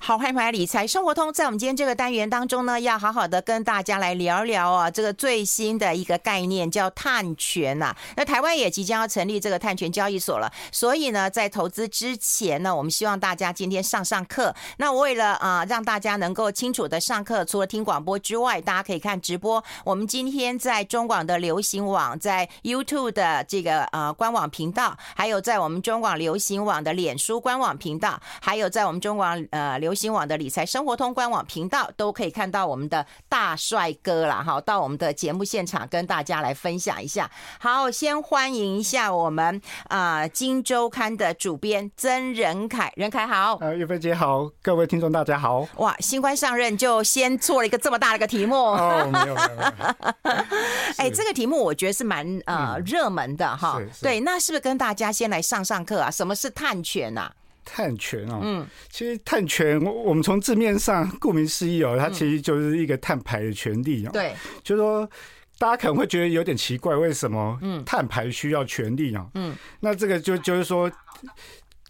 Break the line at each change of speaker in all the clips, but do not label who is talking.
好，欢迎回来《理财生活通》。在我们今天这个单元当中呢，要好好的跟大家来聊聊啊，这个最新的一个概念叫碳权呐、啊那台湾也即将要成立这个碳权交易所了，所以呢，在投资之前呢，我们希望大家今天上上课。那为了啊、让大家能够清楚的上课，除了听广播之外，大家可以看直播。我们今天在中广的流行网，在 YouTube 的这个呃官网频道，还有在我们中广流行网的脸书官网频道，还有在我们中广呃流行网的理财生活通官网频道，都可以看到我们的大帅哥啦，哈，到我们的节目现场跟大家来分享一下。好，先欢迎一下我们啊、呃金周刊的主编曾仁凯，仁凯好。
呃，岳飞姐好，各位听众大家好。
哇，新官上任就先做了一个这么大的一个题目，
哦，没有没有，没有
哎，
是嗯
这个题目我觉得是蛮呃热门的哈
是。是
对，那是不是跟大家先来上上课啊？什么是碳权啊？
碳权哦，嗯，其实碳权，我我们从字面上顾名思义哦，它其实就是一个碳排的权利哦，，
对，
就是说。大家可能会觉得有点奇怪，为什么碳排需要权利啊？
嗯，
那这个就就是说，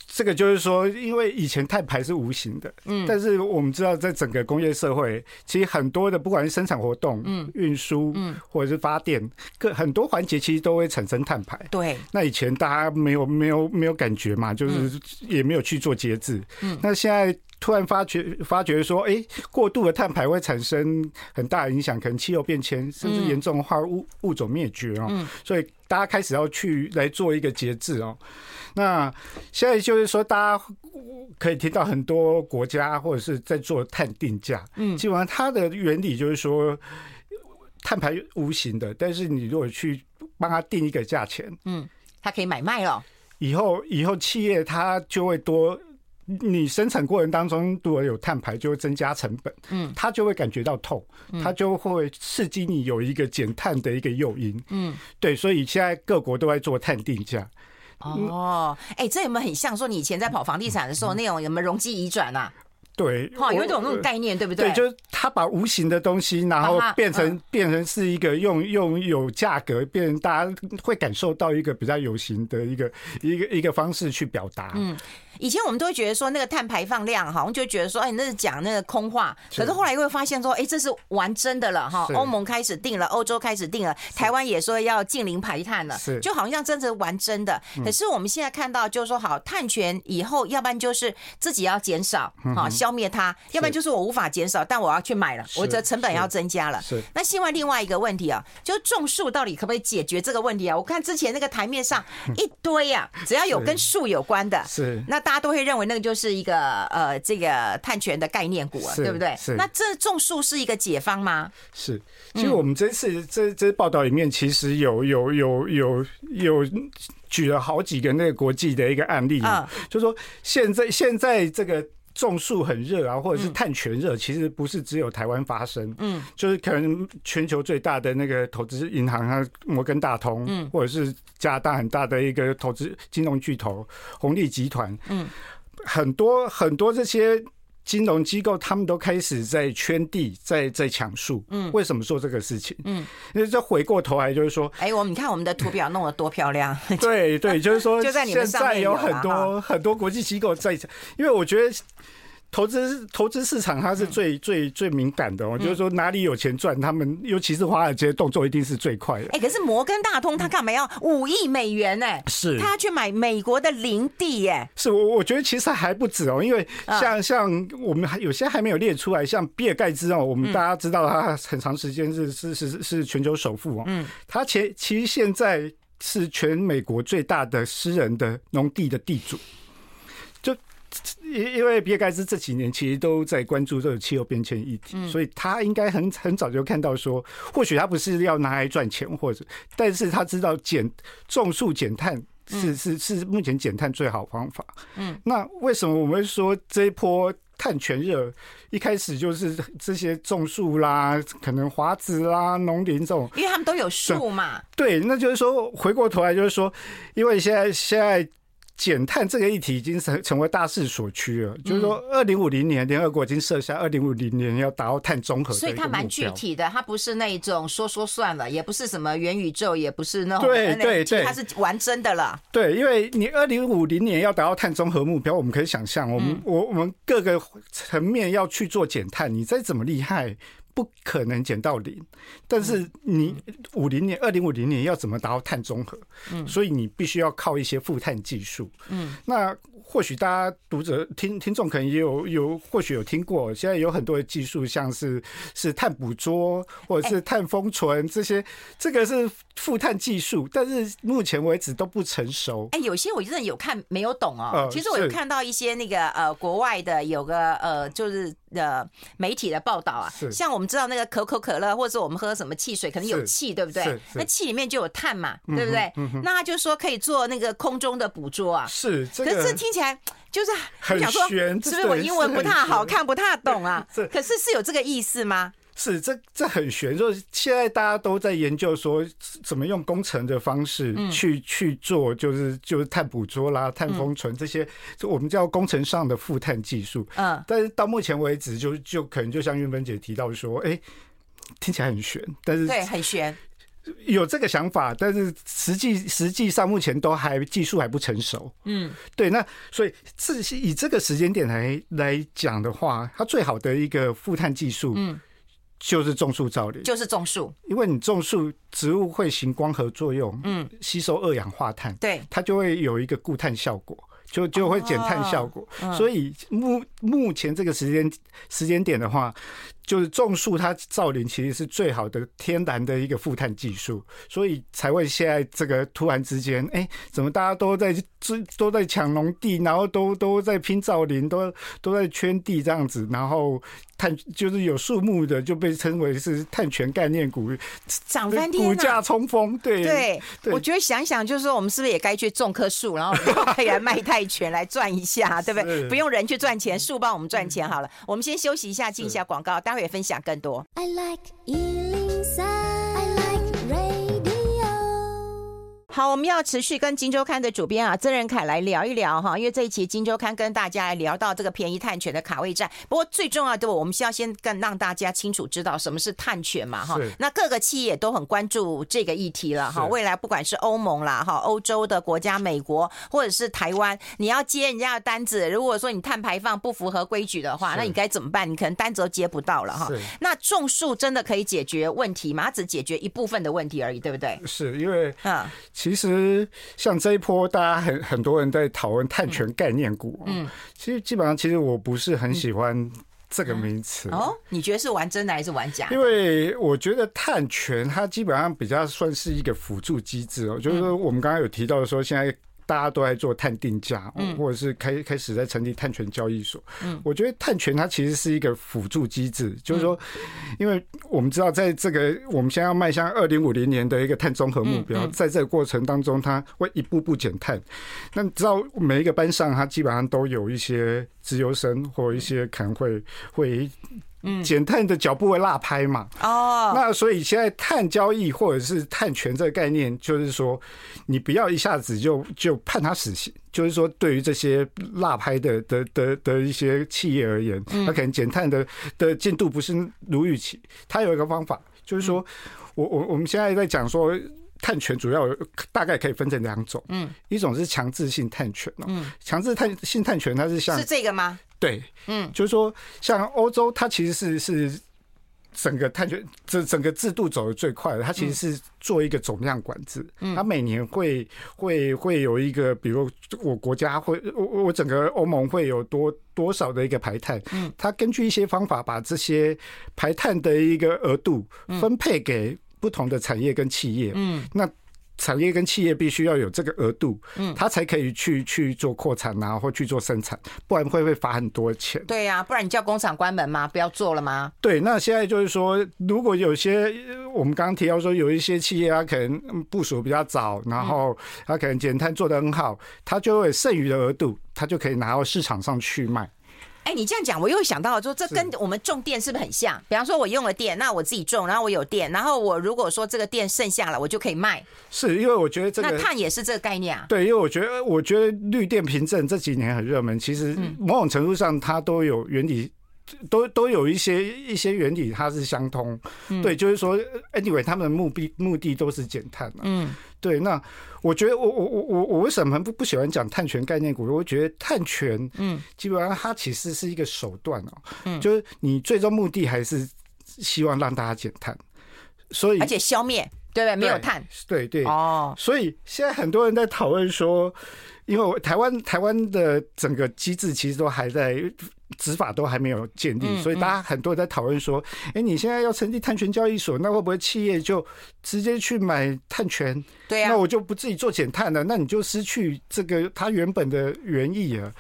这个就是说，因为以前碳排是无形的，
嗯
但是我们知道，在整个工业社会，其实很多的不管是生产活动、嗯，运输，嗯，或者是发电，各很多环节其实都会产生碳排。
对，
那以前大家没有没有没有感觉嘛，就是也没有去做节制。
嗯
那现在突然发觉发觉说，哎、过度的碳排会产生很大的影响，可能气候变迁，甚至
嗯
严重化物物种灭绝哦。
嗯
所以大家开始要去来做一个节制哦。那现在就是说，大家可以听到很多国家或者是在做碳定价，
嗯
基本上它的原理就是说，碳排无形的，但是你如果去帮它定一个价钱。
它可以买卖了。
以后以后企业它就会多，你生产过程当中如果有碳排，就会增加成本，
嗯，
它就会感觉到痛，它就会刺激你有一个减碳的一个诱因，
嗯，
对，所以现在各国都在做碳定价，嗯
哦，哎，这有没有很像说你以前在跑房地产的时候那种有没有容积移转啊？
对，
哈，有一种那
嗯我
种。概念，对不
对，就是它把无形的东西，然后
把它
变成、变成是一个用用有价格，变成大家会感受到一个比较有形的一个一个一个方式去表达。嗯，
以前我们都会觉得说那个碳排放量，好像就觉得说，哎，那是讲那个空话。
是
可是后来又会发现说，哎，这是玩真的了哈。
是
欧盟开始定了，欧洲开始定了，台湾也说要近零排碳了
是，嗯
就好像真的玩真的。可是我们现在看到，就是说，好，碳权以后，要不然就是自己要减少，
嗯
好，消灭它；要不然就是我无法减少，但我要去买了，
是
我的成本要增加了。
是
那另外另外一个问题啊，就是种树到底可不可以解决这个问题啊？我看之前那个台面上
嗯
一堆呀、啊，只要有跟树有关的，
是
那大家都会认为那个就是一个呃这个碳权的概念股啊，
是
对不对？
是
那这种树是一个解方吗？
是，其实我们这次、这这报道里面，其实有有有有有举了好几个那个国际的一个案例啊，就说现在现在这个。种树很热啊，或者是碳权热，其实不是只有台湾发生，
嗯，
就是可能全球最大的那个投资银行啊，摩根大通，
嗯
或者是加拿大很大的一个投资金融巨头红利集团，
嗯，
很多很多这些金融机构他们都开始在圈地，在在抢树，嗯，为什么做这个事情？
嗯，
因为这回过头来就是说，
哎，我们你看我们的图表弄得多漂亮，啊
对对，就是 说，
就在你们
现
上
在
面有
有
啦
很多很多国际机构在，因为我觉得。投资投资市场它是最、
嗯
最最敏感的哦，就是说哪里有钱赚，他们尤其是华尔街动作一定是最快的。
哎，可是摩根大通他干嘛要五亿美元呢、
是
他要去买美国的林地耶、
是我我觉得其实还不止哦，因为像像我们还有些还没有列出来，像比尔盖茨哦，我们大家知道他很长时间是是是是全球首富哦，
嗯，
他前其实现在是全美国最大的私人的农地的地主，就因因为比尔盖茨这几年其实都在关注这个气候变迁议题，所以他应该很很早就看到说，或许他不是要拿来赚钱，或者但是他知道减种树减碳。是是是，目前减碳最好方法。
嗯，
那为什么我们说这一波碳权热一开始就是这些种树啦，可能华子啦、农林这种
因为他们都有树嘛。
对，那就是说回过头来就是说，因为现在现在减碳这个议题已经成成为大势所趋了，就是说，
嗯
二零五零年联合国已经设下二零五零年要达到碳中和的一
所以
个目标，
它蛮具体的，它不是那种说说算了，也不是什么元宇宙，也不是那种
对
NFT，
对对
它是玩真的了。
对，因为你二零五零年要达到碳中和目标，我们可以想象，我们、
嗯
我我们各个层面要去做减碳，你再怎么厉害，不可能减到零。但是你五零年、二零五零年要怎么达到碳中和？
嗯
所以你必须要靠一些负碳技术。嗯，那或许大家读者听听众可能也有有或许有听过，现在有很多的技术，像是是碳捕捉或
哎
者是碳封存、这些，这个是负碳技术，但是目前为止都不成熟。
哎，有些我真的有看没有懂哦。
呃
其实我有
是
看到一些那个呃国外的有个呃就是呃媒体的报道啊，
是
像我们知道那个可口可乐或者我们喝什么汽水可能有
是
气，对不
是
对
是？嗯
那气里面就有碳嘛，对不对？那他就说可以做那个空中的捕捉啊。
是这
可是这
个
听起来就是
很
我想说，
玄
是不是我
对
英文
是
不
很
太好，
玄
看不太懂啊
是？
可是是有这个意思吗？
是这这很玄，就是现在大家都在研究说怎么用工程的方式
嗯
去、去做，就是就是碳捕捉啦、碳封存这些，就我们叫工程上的负碳技术。
嗯，
但是到目前为止就，就可能就像运芬姐提到说，哎、听起来很玄，但是
对，很悬。
有这个想法，但是实际实际上目前都还技术还不成熟。
嗯，
对，那所以这是以这个时间点来来讲的话，它最好的一个负碳技术，
嗯，
就是种树造林，
就是种树，
因为你种树，植物会行光合作用，
嗯，
吸收二氧化碳，
对，
它就会有一个固碳效果，就就会减碳效果。
哦嗯
所以目目前这个时间时间点的话，就是种树它造林其实是最好的天然的一个负碳技术，所以才会现在这个突然之间，哎、怎么大家都在都都在抢农地，然后都都在拼造林，都都在圈地这样子，然后碳就是有树木的就被称为是碳权概念股，
涨翻
股
天啊呐、
价冲锋，对
对，
对
我觉得想想就是说，我们是不是也该去种棵树，然后我们可以来卖泰拳来赚一下，对不对？
是
不用人去赚钱，树帮我们赚钱好了。我们先休息一下，进一下广告，待会儿分享更多。
I like Ealing Sound. I like radio.
好，我们要持续跟《金周刊》的主编啊曾仁凯来聊一聊哈，因为这一期《金周刊》跟大家来聊到这个便宜碳权的卡位战。不过最重要的，我们是要先更让大家清楚知道什么是碳权嘛哈
是。
那各个企业都很关注这个议题了哈。
是
未来不管是欧盟啦哈，欧洲的国家、美国或者是台湾，你要接人家的单子，如果说你碳排放不符合规矩的话，
是
那你该怎么办？你可能单子都接不到了哈
是。
那种树真的可以解决问题吗？它只解决一部分的问题而已，对不对？
是因为
嗯。
其实像这一波，大家很很多人在讨论碳权概念股，嗯，其实基本上其实我不是很喜欢这个名词，
哦，你觉得是玩真的还是玩假的？
因为我觉得碳权它基本上比较算是一个辅助机制哦，就是说我们刚刚有提到说现在。大家都在做碳定价，哦或者是开开始在成立碳权交易所。嗯，我觉得碳权它其实是一个辅助机制，就是说，因为我们知道，在这个我们现在要迈向二零五零年的一个碳中和目标，在这个过程当中，它会一步步减碳。那你知道每一个班上，它基本上都有一些自由生或一些可能会会减碳的脚步会落拍嘛。
哦，
那所以现在碳交易或者是碳权这个概念，就是说你不要一下子就就判他死刑，就是说对于这些落拍的的的的一些企业而言，
嗯
它可能减碳的的进度不是如预期，它有一个方法，就是说
嗯
我我我们现在在讲说。碳权主要有大概可以分成两种，嗯，一种是强制性碳权哦，强制碳性碳权它是像
嗯是这个吗？
对，
嗯，
就是说，像欧洲，它其实是是整个碳权这整个制度走的最快的，它其实是做一个总量管制，它每年会会会有一个，比如我国家会我我我整个欧盟会有多多少的一个排碳，嗯，它根据一些方法把这些排碳的一个额度分配给不同的产业跟企业，嗯，那。产业跟企业必须要有这个额度，嗯，它才可以去去做扩产啊，或去做生产，不然会被罚很多钱。
对呀、不然你叫工厂关门吗？不要做了吗？
对，那现在就是说，如果有些呃我们刚刚提到说，有一些企业它可能嗯部署比较早，
嗯
然后它可能减碳做得很好，它就会有剩余的额度，它就可以拿到市场上去卖。
哎，你这样讲，我又想到说，这跟我们种电是不是很像？比方说，我用了电，那我自己种，然后我有电，然后我如果说这个电剩下了，我就可以卖。
是因为我觉得这
那
个
碳也是这个概念啊。
对，因为我觉得，我觉得绿电凭证这几年很热门，其实
嗯
某种程度上它都有原理，都都有一些一些原理它是相通。
嗯
对，就是说，anyway，他们的目的目的都是减碳、啊。
嗯，
对，那我觉得我我我我我为什么不不喜欢讲碳权概念股？我觉得碳权，
嗯，
基本上它其实是一个手段哦、
嗯
就是你最终目的还是希望让大家减碳，所以
而且消灭，对不对？没有
对
碳。
对对
哦，
所以现在很多人在讨论说，因为我台湾台湾的整个机制其实都还在执法都还没有建立，
嗯
所以大家很多人在讨论说，哎、你现在要成立碳权交易所，那会不会企业就直接去买碳权？
对啊
那，我就不自己做减碳了，那你就失去这个它原本的原意了。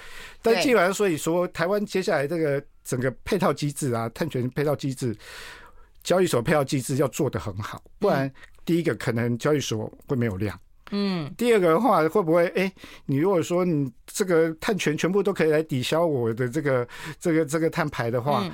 但
对
既然所以说，台湾接下来这个整个配套机制啊，碳权配套机制、交易所配套机制要做得很好，不然第一个可能交易所会没有量，
嗯，
第二个的话会不会？哎、你如果说你这个碳权全部都可以来抵消我的这个这个这个碳排的话，
嗯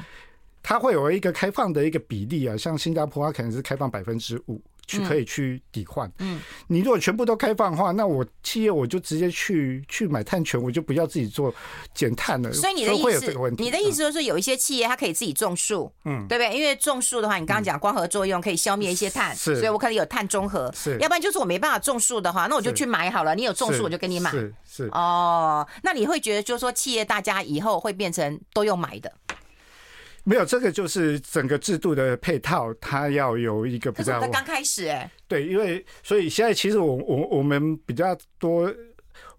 它会有一个开放的一个比例啊，像新加坡它可能是开放百分之五去可以去抵换。
嗯，
你如果全部都开放的话，那我企业我就直接去去买碳权，我就不要自己做减碳了。
所以你的
会
意
有这个问
思，
题。啊
你的意思就是说有一些企业它可以自己种树，
嗯
对不对？因为种树的话，你刚刚讲光合作用可以消灭一些碳，所
是
以我可能有碳中和。
是
要不然就是我没办法种树的话，那我就是去买好了。你有种
是
树，我就给你买。
是是
哦，那你会觉得就是说企业大家以后会变成都用买的？
没有这个就是整个制度的配套，它要有一个比
可是我
较
们刚开始哎、
对，因为所以现在其实我我我们比较多，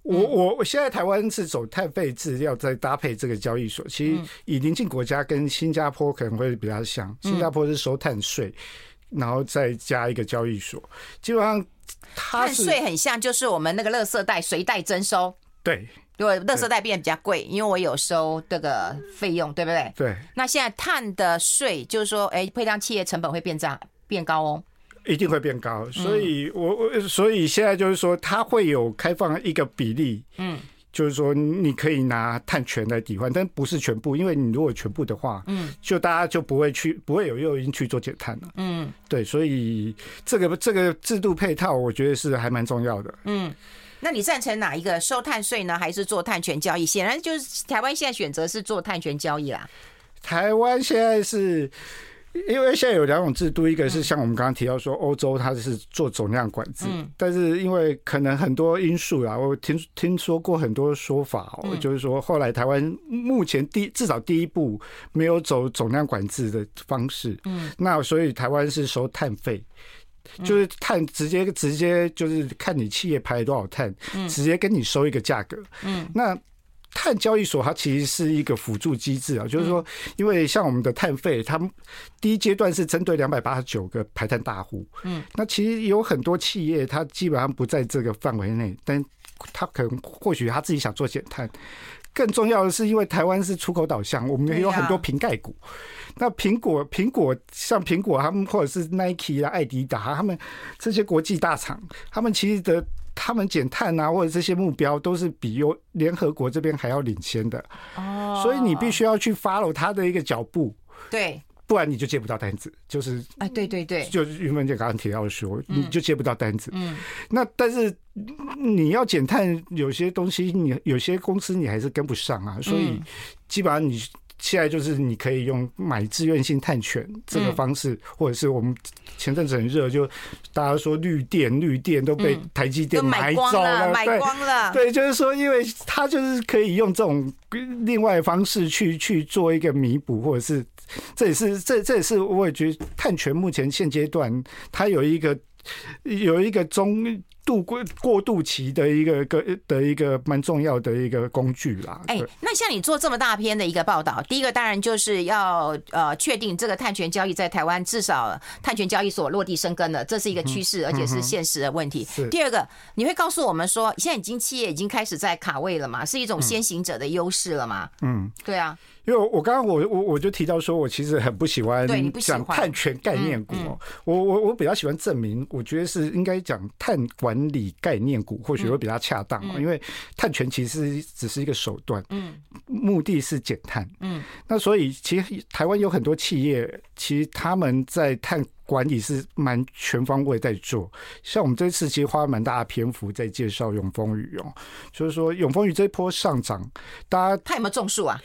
我
嗯
我我现在台湾是走碳费制，要再搭配这个交易所。其实
嗯
以邻近国家跟新加坡可能会比较像，新
嗯
加坡是收碳税，然后再加一个交易所，基本上它
碳
是
税很像就是我们那个垃圾袋随袋征收，
对
如果垃圾袋变得比较贵，因为我有收这个费用，对不对？
对，
那现在碳的税就是说，哎，会让企业成本会变涨变高哦。
一定会变
嗯
高。所以我我所以现在就是说，它会有开放一个比例，
嗯，
就是说你可以拿碳权来抵换，但不是全部，因为你如果全部的话，
嗯，
就大家就不会去不会有诱因去做减碳了。
嗯
对，所以这个这个制度配套，我觉得是还蛮重要的。
嗯，那你赞成哪一个收碳税呢，还是做碳权交易？显然就是台湾现在选择是做碳权交易啦。
台湾现在是。因为现在有两种制度，一个是像我们刚刚提到说，欧洲它是做总量管制，
嗯
但是因为可能很多因素啊，我听听说过很多说法、哦，
嗯
就是说后来台湾目前第至少第一步没有走总量管制的方式，
嗯，
那所以台湾是收碳费。就是碳直接直接就是看你企业排多少碳，直接跟你收一个价格。
嗯，
那碳交易所它其实是一个辅助机制
嗯
啊，就是说，因为像我们的碳费，它第一阶段是针对两百八十九个排碳大户，
嗯，
那其实有很多企业它基本上不在这个范围内，但它可能或许它自己想做减碳。更重要的是，因为台湾是出口导向，我们
对
有
呀
很多瓶盖股。那苹果、苹果像苹果他们或者是 Nike 啦、艾迪达他们这些国际大厂，他们其实的他们减碳啊或者这些目标都是比欧联合国这边还要领先的，
哦
所以你必须要去 follow 他的一个脚步，
对，
不然你就接不到单子，就是
哎，对对对，
就是云文姐刚刚提到的说，你就接不到单子。
嗯
那但是嗯你要减碳，有些东西你有些公司你还是跟不上
嗯
啊，所以基本上你现在就是你可以用买自愿性碳权这
嗯
个方式，或者是我们前阵子很热，就大家说绿电，绿电都被
嗯
台积
都
电
买光
走
了，买
对。
光了。
对，就是说，因为它就是可以用这种另外的方式去去做一个弥补，或者是这也是这这也是我也觉得碳权目前现阶段它有一个有一个中度过过渡期的一个个的一个蛮重要的一个工具啦。
哎
对，
那像你做这么大篇的一个报道，第一个当然就是要呃确定这个碳权交易在台湾至少碳权交易所落地生根了，这是一个趋势，而且是现实的问题。
嗯是
第二个，你会告诉我们说，现在已经企业已经开始在卡位了嘛，是一种先行者的优势了嘛？
嗯，
对啊，
因为我我刚刚我我我就提到说，我其实很不喜欢
对你不喜欢嗯
讲碳权概念股、哦，我我我比较喜欢证明，我觉得是应该讲碳管管理概念股或
嗯
许会比较恰当哦，因为碳权其实只是一个手段，
嗯，
目的是减碳，
嗯，
那所以其实台湾有很多企业，其实他们在碳管理是蛮全方位在做，像我们这次其实花蛮大的篇幅在介绍永丰鱼哦，就是说永丰鱼这波上涨，大家
他有没有种树啊？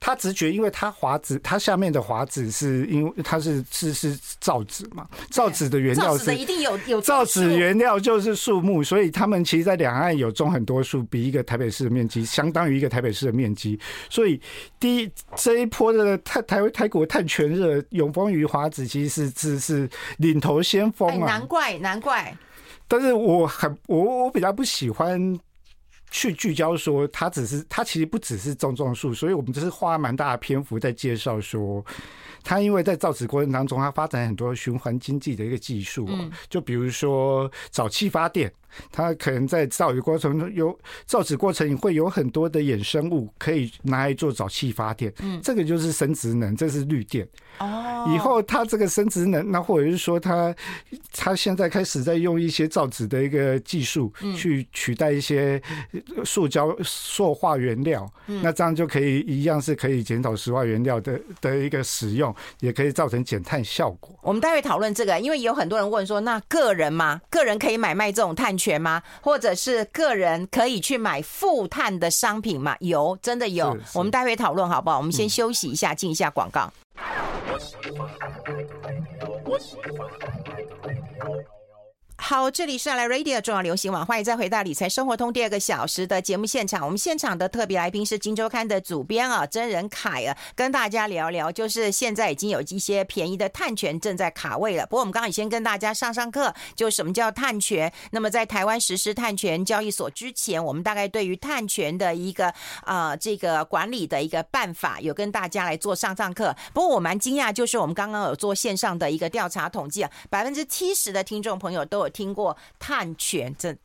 它直觉，因为它华子，它下面的华子是因为它是是是造纸嘛，造纸的原料
啊造纸
是
的一定有有
造
种
纸
树
原料就是树木，所以他们其实，在两岸有种很多树，比一个台北市的面积相当于一个台北市的面积。所以第一这一波的台台台股碳权热，永丰余华子其实是是是领头先锋
哎，
啊。
难怪难怪，
但是我很我我比较不喜欢去聚焦说它只是它其实不只是种种树，所以我们这是花蛮大的篇幅在介绍说，它因为在造纸过程当中，它发展很多循环经济的一个技术、哦，就比如说早期发电。它可能在造纸过程中有造纸过程会有很多的衍生物可以拿来做早期发电，嗯，这个就是生殖能，这是绿电，
哦，
以后它这个生殖能，那或者是说它它现在开始在用一些造纸的一个技术去取代一些呃塑胶塑化原料，那这样就可以一样是可以减少石化原料的的一个使用，也可以造成减碳效果。
我们待会讨论这个，因为有很多人问说，那个人吗？个人可以买卖这种碳权吗？或者是个人可以去买负碳的商品吗？有，真的有
是。是嗯
我们待会讨论好不好？我们先休息一下，进一下广告。好，这里是来 Radio 重要流行网，欢迎再回到理财生活通第二个小时的节目现场。我们现场的特别来宾是《金周刊》的主编啊，真人凯啊，跟大家聊聊，就是现在已经有一些便宜的碳权正在卡位了。不过我们刚刚也先跟大家上上课，就什么叫碳权。那么在台湾实施碳权交易所之前，我们大概对于碳权的一个呃这个管理的一个办法，有跟大家来做上上课。不过我蛮惊讶，就是我们刚刚有做线上的一个调查统计啊，百分之七十的听众朋友都有听过碳权这。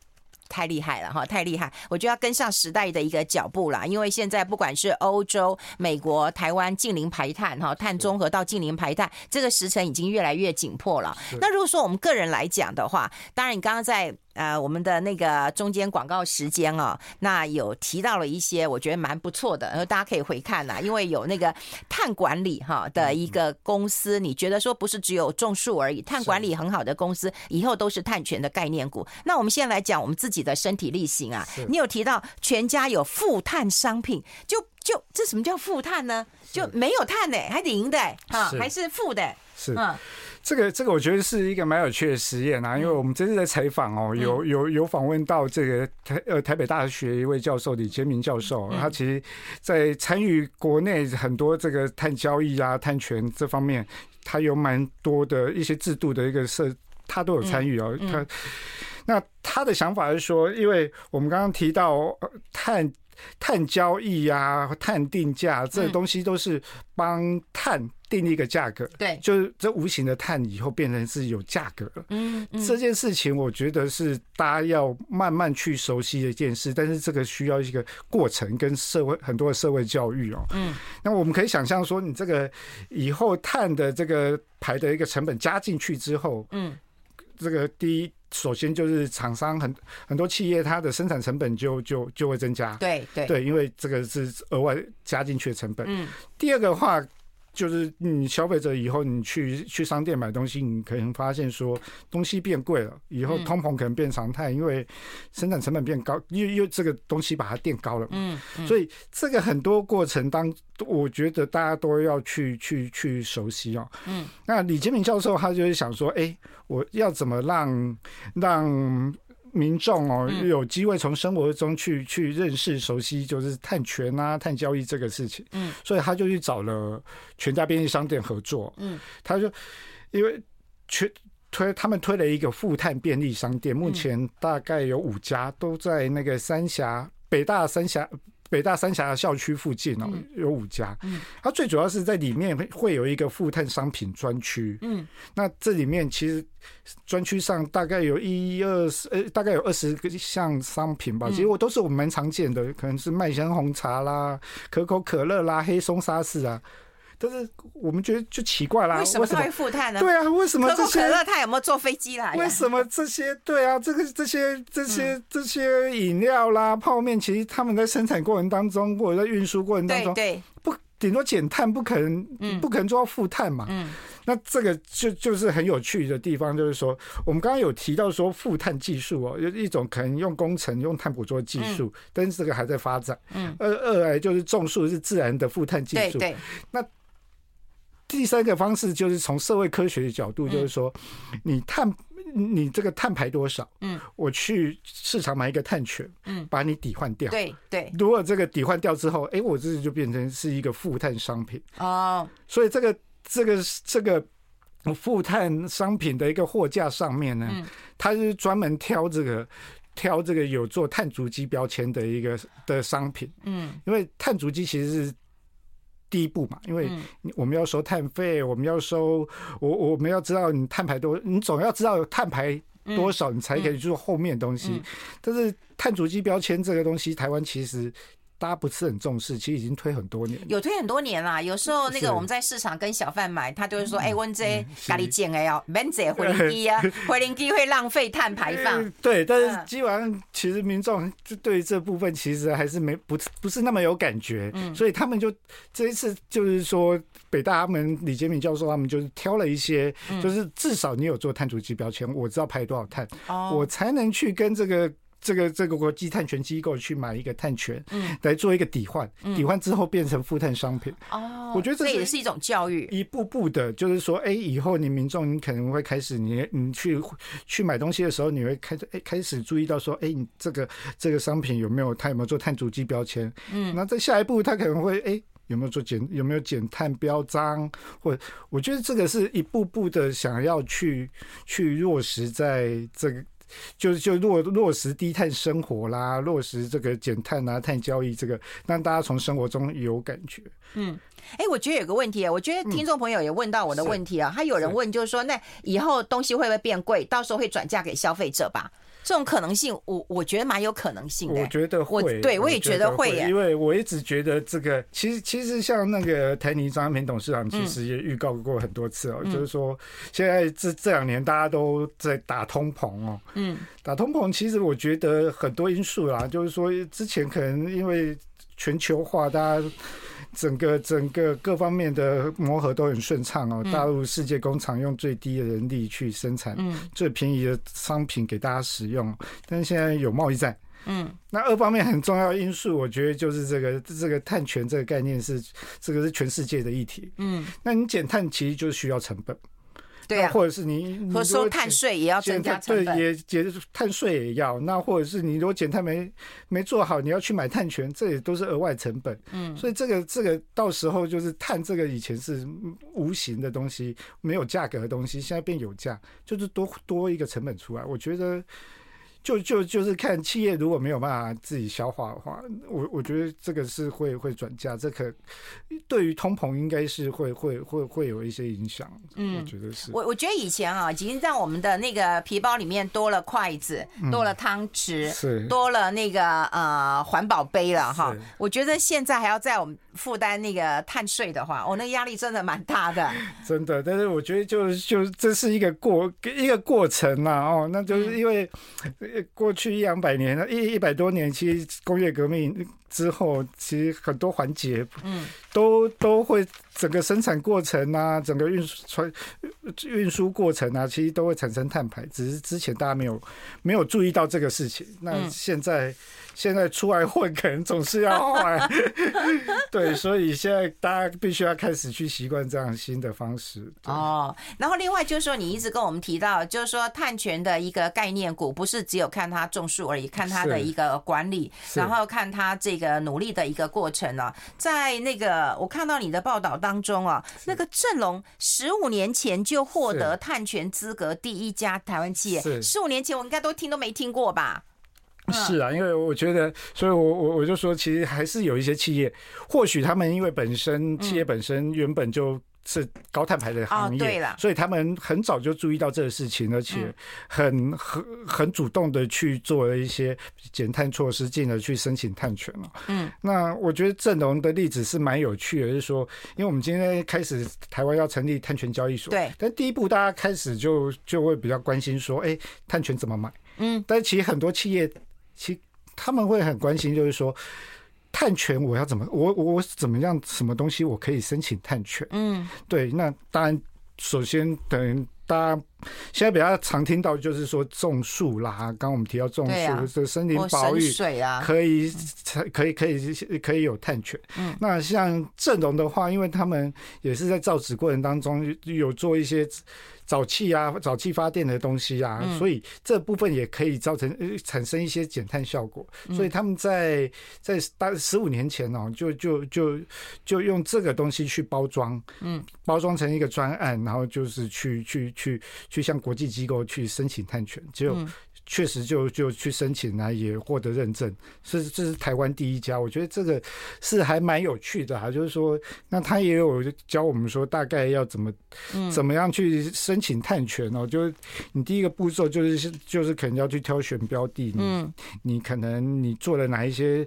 太厉害了哈，太厉害！我就要跟上时代的一个脚步啦，因为现在不管是欧洲、美国、台湾近零排碳哈，碳中和到近零排碳，这个时程已经越来越紧迫了。那如果说我们个人来讲的话，当然你刚刚在呃我们的那个中间广告时间哦，那有提到了一些我觉得蛮不错的，然后大家可以回看啦，因为有那个碳管理哈的
嗯
一个公司，你觉得说不是只有种树而已，碳管理很好的公司以后都是碳权的概念股。那我们现在来讲我们自己的身体力行啊，你有提到全家有负碳商品，就就这什么叫负碳呢？就没有碳呢、还零的、欸、哈，
是
还是负的、欸，
是
嗯，
这个，这个我觉得是一个蛮有趣的实验啊，因为我们这次的采访哦，有有有访问到这个台呃台北大学一位教授李杰明教授，他其实在参与国内很多这个碳交易啊、碳权这方面，他有蛮多的一些制度的一个设，他都有参与哦，他。那他的想法是说，因为我们刚刚提到呃碳碳交易啊、碳定价这东西都是帮碳定一个价格，
对
就是这无形的碳以后变成是有价格了。
嗯嗯
这件事情我觉得是大家要慢慢去熟悉的一件事，但是这个需要一个过程跟社会很多的社会教育哦。
嗯，
那我们可以想象说，你这个以后碳的这个排的一个成本加进去之后，
嗯，
这个第一。首先就是厂商很很多企业它的生产成本就就就会增加，
对对，
对，因为这个是额外加进去的成本。
嗯
第二个的话，就是你消费者以后你去去商店买东西，你可能发现说东西变贵了，以后
嗯
通膨可能变常态，因为生产成本变高，又又这个东西把它垫高了。
嗯，嗯
所以这个很多过程当，我觉得大家都要去去去熟悉哦。
嗯，
那李金明教授他就是想说，哎、我要怎么让让民众哦
嗯
有机会从生活中去去认识、熟悉，就是碳权啊、碳交易这个事情。
嗯，
所以他就去找了全家便利商店合作。
嗯，
他就因为全。推他们推了一个富碳便利商
嗯
店，目前大概有五家，都在那个三峡北大三峡北大三峡校区附近哦，有五家。
嗯
它最主要是在里面会会有一个富碳商品专区。
嗯，
那这里面其实专区上大概有一二十，呃，大概有二十个项商品吧。
嗯
其实我都是我们蛮常见的，可能是麦香红茶啦、可口可乐啦、黑松沙士啊。但是我们觉得就奇怪啦，
为什么他
么
会复碳呢？
对啊，啊为什么
可
这
口可
些
乐它有没有坐飞机来呀？
为什么这些对啊，这个这些这些
嗯
这些饮料啦、泡面，其实他们在生产过程当中，或者在运输过程当
对
中，
对，
不顶多减碳，不可能
嗯
不可能做到负碳嘛。
嗯
那这个就就是很有趣的地方，就是说我们刚刚有提到说负碳技术哦，有一种可能用工程用碳捕捉技术，但是这个还在发展。
嗯，
二二来就是种树是自然的负碳技
对
术，
对，
第三个方式就是从社会科学的角
嗯
度，就是说，你碳你这个碳排多少，
嗯，
我去市场买一个碳权，
嗯
把你抵换掉。
对对
如果这个抵换掉之后，哎、我这就变成是一个负碳商品。
哦，
所以这个这个这个负碳商品的一个货架上面呢，
嗯
它是专门挑这个挑这个有做碳足迹标签的一个的商品，
嗯
因为碳足迹其实是第一步嘛，因为
嗯
你我们要收碳费，我们要收，我我们要知道你碳排多，你总要知道碳排多少，你才可以做后面的东西。
嗯
但是碳足迹标签这个东西，台湾其实大家不是很重视，其实已经推很多年了。
有推很多年啦，有时候那
是嗯
个我们在市场跟小贩买，他都会说：“哎、温这
是
咖喱酱哎哦，免这回零机 啊，回零机会浪费碳排放
呃。对，但
嗯
是基本上其实民众就对于这部分其实还是没不是不是那么有感觉，
嗯
所以他们就这一次就是说北大他们李杰明教授他们就是挑了一些，
嗯
就是至少你有做碳足迹标签，我知道排多少碳，”我
哦，
才能去跟这个。这个这个国际碳权机构去买一个碳权，
嗯
来做一个抵换，抵换之后变成负碳商品，
哦，
我觉得这
这也
是
是一种教育。
一步步的，就是说，哎、以后你民众你可能会开始你，你去去买东西的时候，你会开始、哎开始注意到说，哎、你这个这个商品有没有它有没有做碳足迹标签？
嗯，
那在下一步，它可能会哎、有没有做减有没有减碳标章？或我觉得这个是一步步的想要去去落实在这个。就就落落实低碳生活啦，落实这个减碳啊、碳交易这个，让大家从生活中有感觉。
哎、我觉得有个问题啊，我
嗯
觉得听众朋友也问到我的问题啊，他有人问就是说，那以后东西会不会变贵？到时候会转嫁给消费者吧？这种可能性，我我觉得蛮有可能性的、
我觉得
我
会，
对我也觉
觉
得会
会
耶
因为我一直觉得这个，其实其实像那个台泥张安平董事长，
嗯
其实也预告过很多次哦，就是说现在这这两年大家都在打通膨哦，
嗯
打通膨其实我觉得很多因素啦，就是说之前可能因为全球化，大家。整个整个各方面的磨合都很顺畅哦，大陆世界工厂用最低的人力去生产
嗯
最便宜的商品给大家使用，但是现在有贸易战，
嗯
那二方面很重要的因素，我觉得就是这个这个碳权这个概念是这个是全世界的议题。
嗯，
那你减碳其实就是需要成本，
对
那
啊，
或者是你你
或
如
收
果
碳
减
税也要增
减
加
碳
成
对
本。
也减碳税也要，那或者是你如果减碳没没做好，你要去买碳权，这也都是额外成本。
嗯
所以这个这个到时候就是碳这个以前是无形的东西，没有价格的东西，现在变有价，就是多多一个成本出来。我觉得就就就是看企业如果没有办法自己消化的话，我我觉得这个是会会转嫁，这可对于通膨应该是会会会会有一些影响。
嗯
我觉得是。
我我觉得以前啊，已经让我们的那个皮包里面多了筷子，
嗯
多了汤匙，
是
多了那个呃环保杯了哈
是。
我觉得现在还要在我们负担那个碳税的话，哦，那压力真的蛮大 的。
真的，但是我觉得就是就是这是一个过一个过程啦、哦，那就是因为呃过去一两百年一一百多年，其实工业革命之后，其实很多环节
嗯
都都会整个生产过程啊，整个运输传运输过程啊，其实都会产生碳排，只是之前大家没有没有注意到这个事情。那
嗯
现在、现在出来混，可能总是要换， 对，所以现在大家必须要开始去习惯这样新的方式。对
哦，然后另外就是说，你一直跟我们提到，就是说碳权的一个概念股，不是只有看它种树而已，看它的一个管理，
是
然后看它这个努力的一个过程啊。在那个我看到你的报道当中啊，那个振龙十五年前就获得碳权资格第一家台湾企业，
是
十五年前我应该都听都没听过吧？
是啊，因为我觉得，所以我我我就说，其实还是有一些企业，或许他们因为本身企业本身原本就是高碳排的行业，
哦对嗯了
所以他们很早就注意到这个事情，而且很很很主动的去做了一些减碳措施，进而去申请碳权了。
嗯，
那我觉得郑荣的例子是蛮有趣的，就是说，因为我们今天开始台湾要成立碳权交易所，
对
但第一步大家开始就就会比较关心说，哎、碳权怎么买？
嗯，
但其实很多企业，其他们会很关心，就是说，碳权我要怎么，我我我怎么样，什么东西我可以申请碳权？
嗯，
对，那当然，首先等于大家现在比较常听到就是说种树啦，刚刚我们提到种
对啊
树，这、森林
我
保
省
育。
水啊，
可以，可以，可以，可以有碳权。
嗯
那像正荣的话，因为他们也是在造纸过程当中有做一些沼气啊、沼气发电的东西啊，
嗯
所以这部分也可以造成、呃、产生一些减碳效果。
嗯
所以他们在在大十五年前哦，就就就就用这个东西去包装，
嗯，
包装成一个专案，然后就是去去去去向国际机构去申请碳权，结果
嗯
确实就就去申请啊，也获得认证，是这是台湾第一家，我觉得这个是还蛮有趣的啊，就是说，那他也有教我们说大概要怎么
嗯
怎么样去申请碳权哦，就是你第一个步骤就是就是可能要去挑选标的，你
嗯
你可能你做了哪一些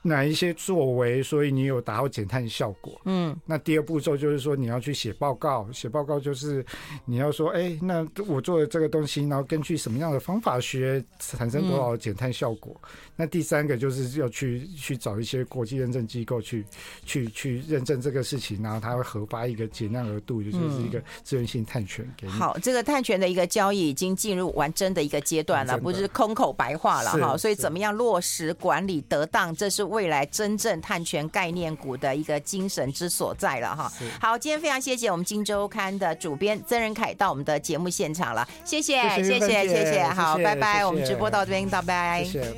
哪一些作为，所以你有达到减碳效果。
嗯
那第二步骤就是说你要去写报告，写报告就是你要说，哎、那我做的这个东西，然后根据什么样的方法学产生多少减碳效果。那第三个就是要去去找一些国际认证机构去去去认证这个事情，然后它会核发一个减量额度，也就是一个自愿性碳权给你。
好，这个碳权的一个交易已经进入完真的一个阶段了，
完整
不
的
是空口白话了
是
哈。所以
是
怎么样落实管理得当，这是未来真正碳权概念股的一个精神之所在了哈
是。
好，今天非常谢谢我们《金周刊》的主编曾仁凯到我们的节目现场了，谢谢，
谢谢
谢
玉芬
谢，
姐
谢谢，好，
谢谢
拜拜，
谢谢
我们直播到这边，拜拜，
谢谢。